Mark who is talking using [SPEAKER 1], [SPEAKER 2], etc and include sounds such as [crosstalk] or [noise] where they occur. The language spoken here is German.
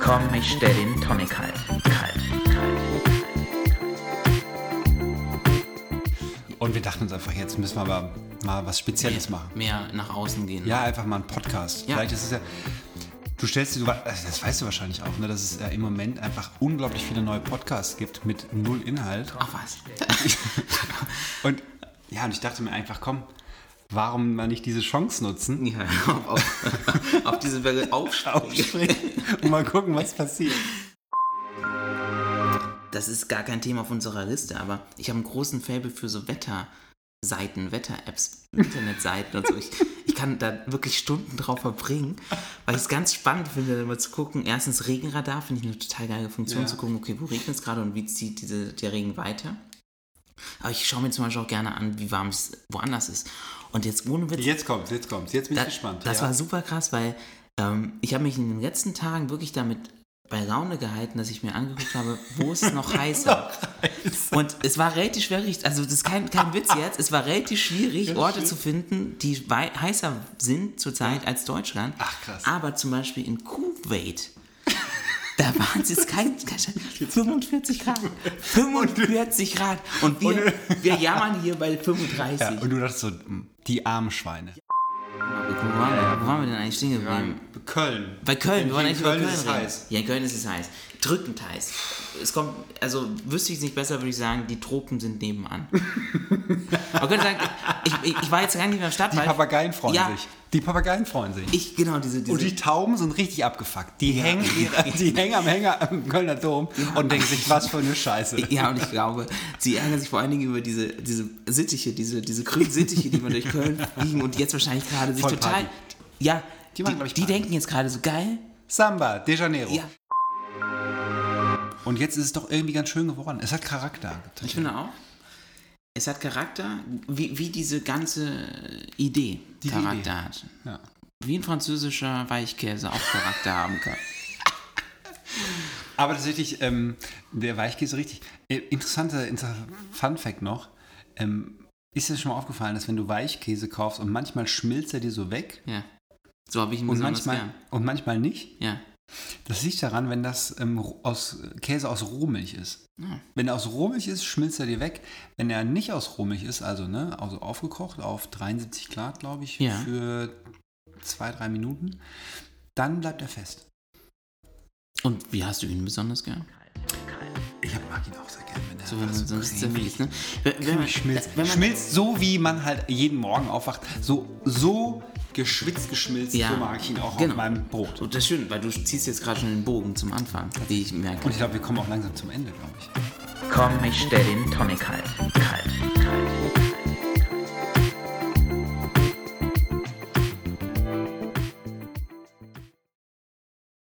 [SPEAKER 1] komm, ich stell den Tonic halt. Kalt, kalt.
[SPEAKER 2] Und wir dachten uns einfach, jetzt müssen wir aber mal was Spezielles machen.
[SPEAKER 1] Mehr nach außen gehen.
[SPEAKER 2] Ja, einfach mal einen Podcast.
[SPEAKER 1] Ja.
[SPEAKER 2] Vielleicht ist es ja. Du stellst dir, du- das weißt du wahrscheinlich auch, ne, dass es ja im Moment einfach unglaublich viele neue Podcasts gibt mit null Inhalt.
[SPEAKER 1] Ach was.
[SPEAKER 2] Und ja, und ich dachte mir einfach, komm, warum mal nicht diese Chance
[SPEAKER 1] [laughs]
[SPEAKER 2] nutzen
[SPEAKER 1] Ja, auf, auf, auf diese Welle aufspringen.
[SPEAKER 2] und mal gucken, was passiert.
[SPEAKER 1] Das ist gar kein Thema auf unserer Liste, aber ich habe einen großen Faible für so Wetterseiten, Wetter-Apps, Internetseiten und so. Ich, ich kann da wirklich Stunden drauf verbringen, weil ich es ganz spannend finde, da mal zu gucken. Erstens Regenradar, finde ich eine total geile Funktion,
[SPEAKER 2] Ja.
[SPEAKER 1] zu gucken, okay, wo regnet es gerade und wie zieht diese, der Regen weiter. Aber ich schaue mir zum Beispiel auch gerne an, wie warm es woanders ist. Und jetzt ohne Witz,
[SPEAKER 2] Jetzt kommt's, jetzt kommt's. Jetzt bin ich
[SPEAKER 1] da-
[SPEAKER 2] gespannt.
[SPEAKER 1] Das
[SPEAKER 2] ja.
[SPEAKER 1] war super krass, weil ähm, ich habe mich in den letzten Tagen wirklich damit bei Laune gehalten, dass ich mir angeguckt habe, wo
[SPEAKER 2] [laughs]
[SPEAKER 1] ist es noch heißer. Und es war relativ schwierig, also das ist kein, kein
[SPEAKER 2] [laughs]
[SPEAKER 1] Witz jetzt, es war relativ schwierig, Orte zu finden, die wei- heißer sind zurzeit als Deutschland.
[SPEAKER 2] Ach, krass.
[SPEAKER 1] Aber zum Beispiel in Kuwait. Da waren es jetzt kein, kein 45 Grad. 45 Grad. Und wir, wir jammern hier bei 35.
[SPEAKER 2] ja, und du dachtest so, hm, die armen Schweine.
[SPEAKER 1] wo, waren wir, wo waren wir denn eigentlich stehen geblieben?
[SPEAKER 2] Köln.
[SPEAKER 1] Bei Köln, wir wollen
[SPEAKER 2] In
[SPEAKER 1] eigentlich Köln über
[SPEAKER 2] Köln
[SPEAKER 1] Köln
[SPEAKER 2] ist es
[SPEAKER 1] reden.
[SPEAKER 2] heiß.
[SPEAKER 1] Ja, in Köln ist es heiß. Drückend heiß. Es kommt, also wüsste ich es nicht besser, würde ich sagen, die Tropen sind
[SPEAKER 2] [laughs]
[SPEAKER 1] nebenan. Man könnte sagen, ich, ich, ich war jetzt gar nicht mehr im
[SPEAKER 2] Die
[SPEAKER 1] Stadtwald.
[SPEAKER 2] Papageien freuen
[SPEAKER 1] ja,
[SPEAKER 2] sich. Die Papageien freuen sich.
[SPEAKER 1] Ich, genau, diese, diese
[SPEAKER 2] Und die Tauben sind richtig abgefuckt. Die, hängen,
[SPEAKER 1] [laughs]
[SPEAKER 2] ihre, die hängen am Hänger am Kölner Dom und denken sich, was für eine Scheiße.
[SPEAKER 1] Ja, und ich glaube, sie ärgern sich vor allen Dingen über diese, diese Sittiche, diese, diese grünen Sittiche, die man durch Köln fliegen und jetzt wahrscheinlich gerade sich
[SPEAKER 2] Voll
[SPEAKER 1] total.
[SPEAKER 2] Party.
[SPEAKER 1] Ja, die,
[SPEAKER 2] machen, glaub ich,
[SPEAKER 1] die,
[SPEAKER 2] Party.
[SPEAKER 1] denken jetzt gerade so geil.
[SPEAKER 2] Samba, de Janeiro.
[SPEAKER 1] Ja,
[SPEAKER 2] Und jetzt ist es doch irgendwie ganz schön geworden. Es hat Charakter.
[SPEAKER 1] ich finde auch. Genau. Es hat Charakter, wie, wie diese ganze Idee
[SPEAKER 2] Die
[SPEAKER 1] Charakter
[SPEAKER 2] Idee.
[SPEAKER 1] hat.
[SPEAKER 2] Ja.
[SPEAKER 1] Wie ein französischer Weichkäse auch [laughs] Charakter haben kann.
[SPEAKER 2] Aber tatsächlich, ähm, der Weichkäse richtig. Äh, interessanter inter Fun Fact noch. Ähm, ist dir schon mal aufgefallen, dass wenn du Weichkäse kaufst und manchmal schmilzt er dir so weg
[SPEAKER 1] Ja. So habe ich ihn
[SPEAKER 2] und
[SPEAKER 1] besonders
[SPEAKER 2] manchmal, und manchmal nicht?
[SPEAKER 1] gern.
[SPEAKER 2] Das liegt daran, wenn das ähm, Ru- aus, Käse aus Rohmilch ist.
[SPEAKER 1] Ja.
[SPEAKER 2] Wenn er aus Rohmilch ist, schmilzt er dir weg. Wenn er nicht aus Rohmilch ist, also ne, also aufgekocht auf 73 Grad, glaube ich,
[SPEAKER 1] Ja.
[SPEAKER 2] für zwei, drei Minuten, dann bleibt er fest.
[SPEAKER 1] Und wie hast du ihn besonders gern?
[SPEAKER 2] Ich mag ihn auch sehr gerne, wenn er
[SPEAKER 1] So, wenn
[SPEAKER 2] einfach
[SPEAKER 1] man sonst ist er wirklich,
[SPEAKER 2] cremig
[SPEAKER 1] ne? Wenn, wenn man,
[SPEAKER 2] schmilzt.
[SPEAKER 1] wenn man,
[SPEAKER 2] schmilzt so, wie man halt jeden Morgen aufwacht. So, so geschwitzt geschmilzt,
[SPEAKER 1] Ja.
[SPEAKER 2] so mag ich ihn auch
[SPEAKER 1] Genau.
[SPEAKER 2] auf meinem Brot.
[SPEAKER 1] Oh, das ist schön, weil du ziehst jetzt gerade schon den Bogen zum Anfang, wie ich merke.
[SPEAKER 2] Und ich glaube, wir kommen auch langsam zum Ende, glaube ich.
[SPEAKER 1] Komm, ich stell den Tonic halt. Kalt, kalt.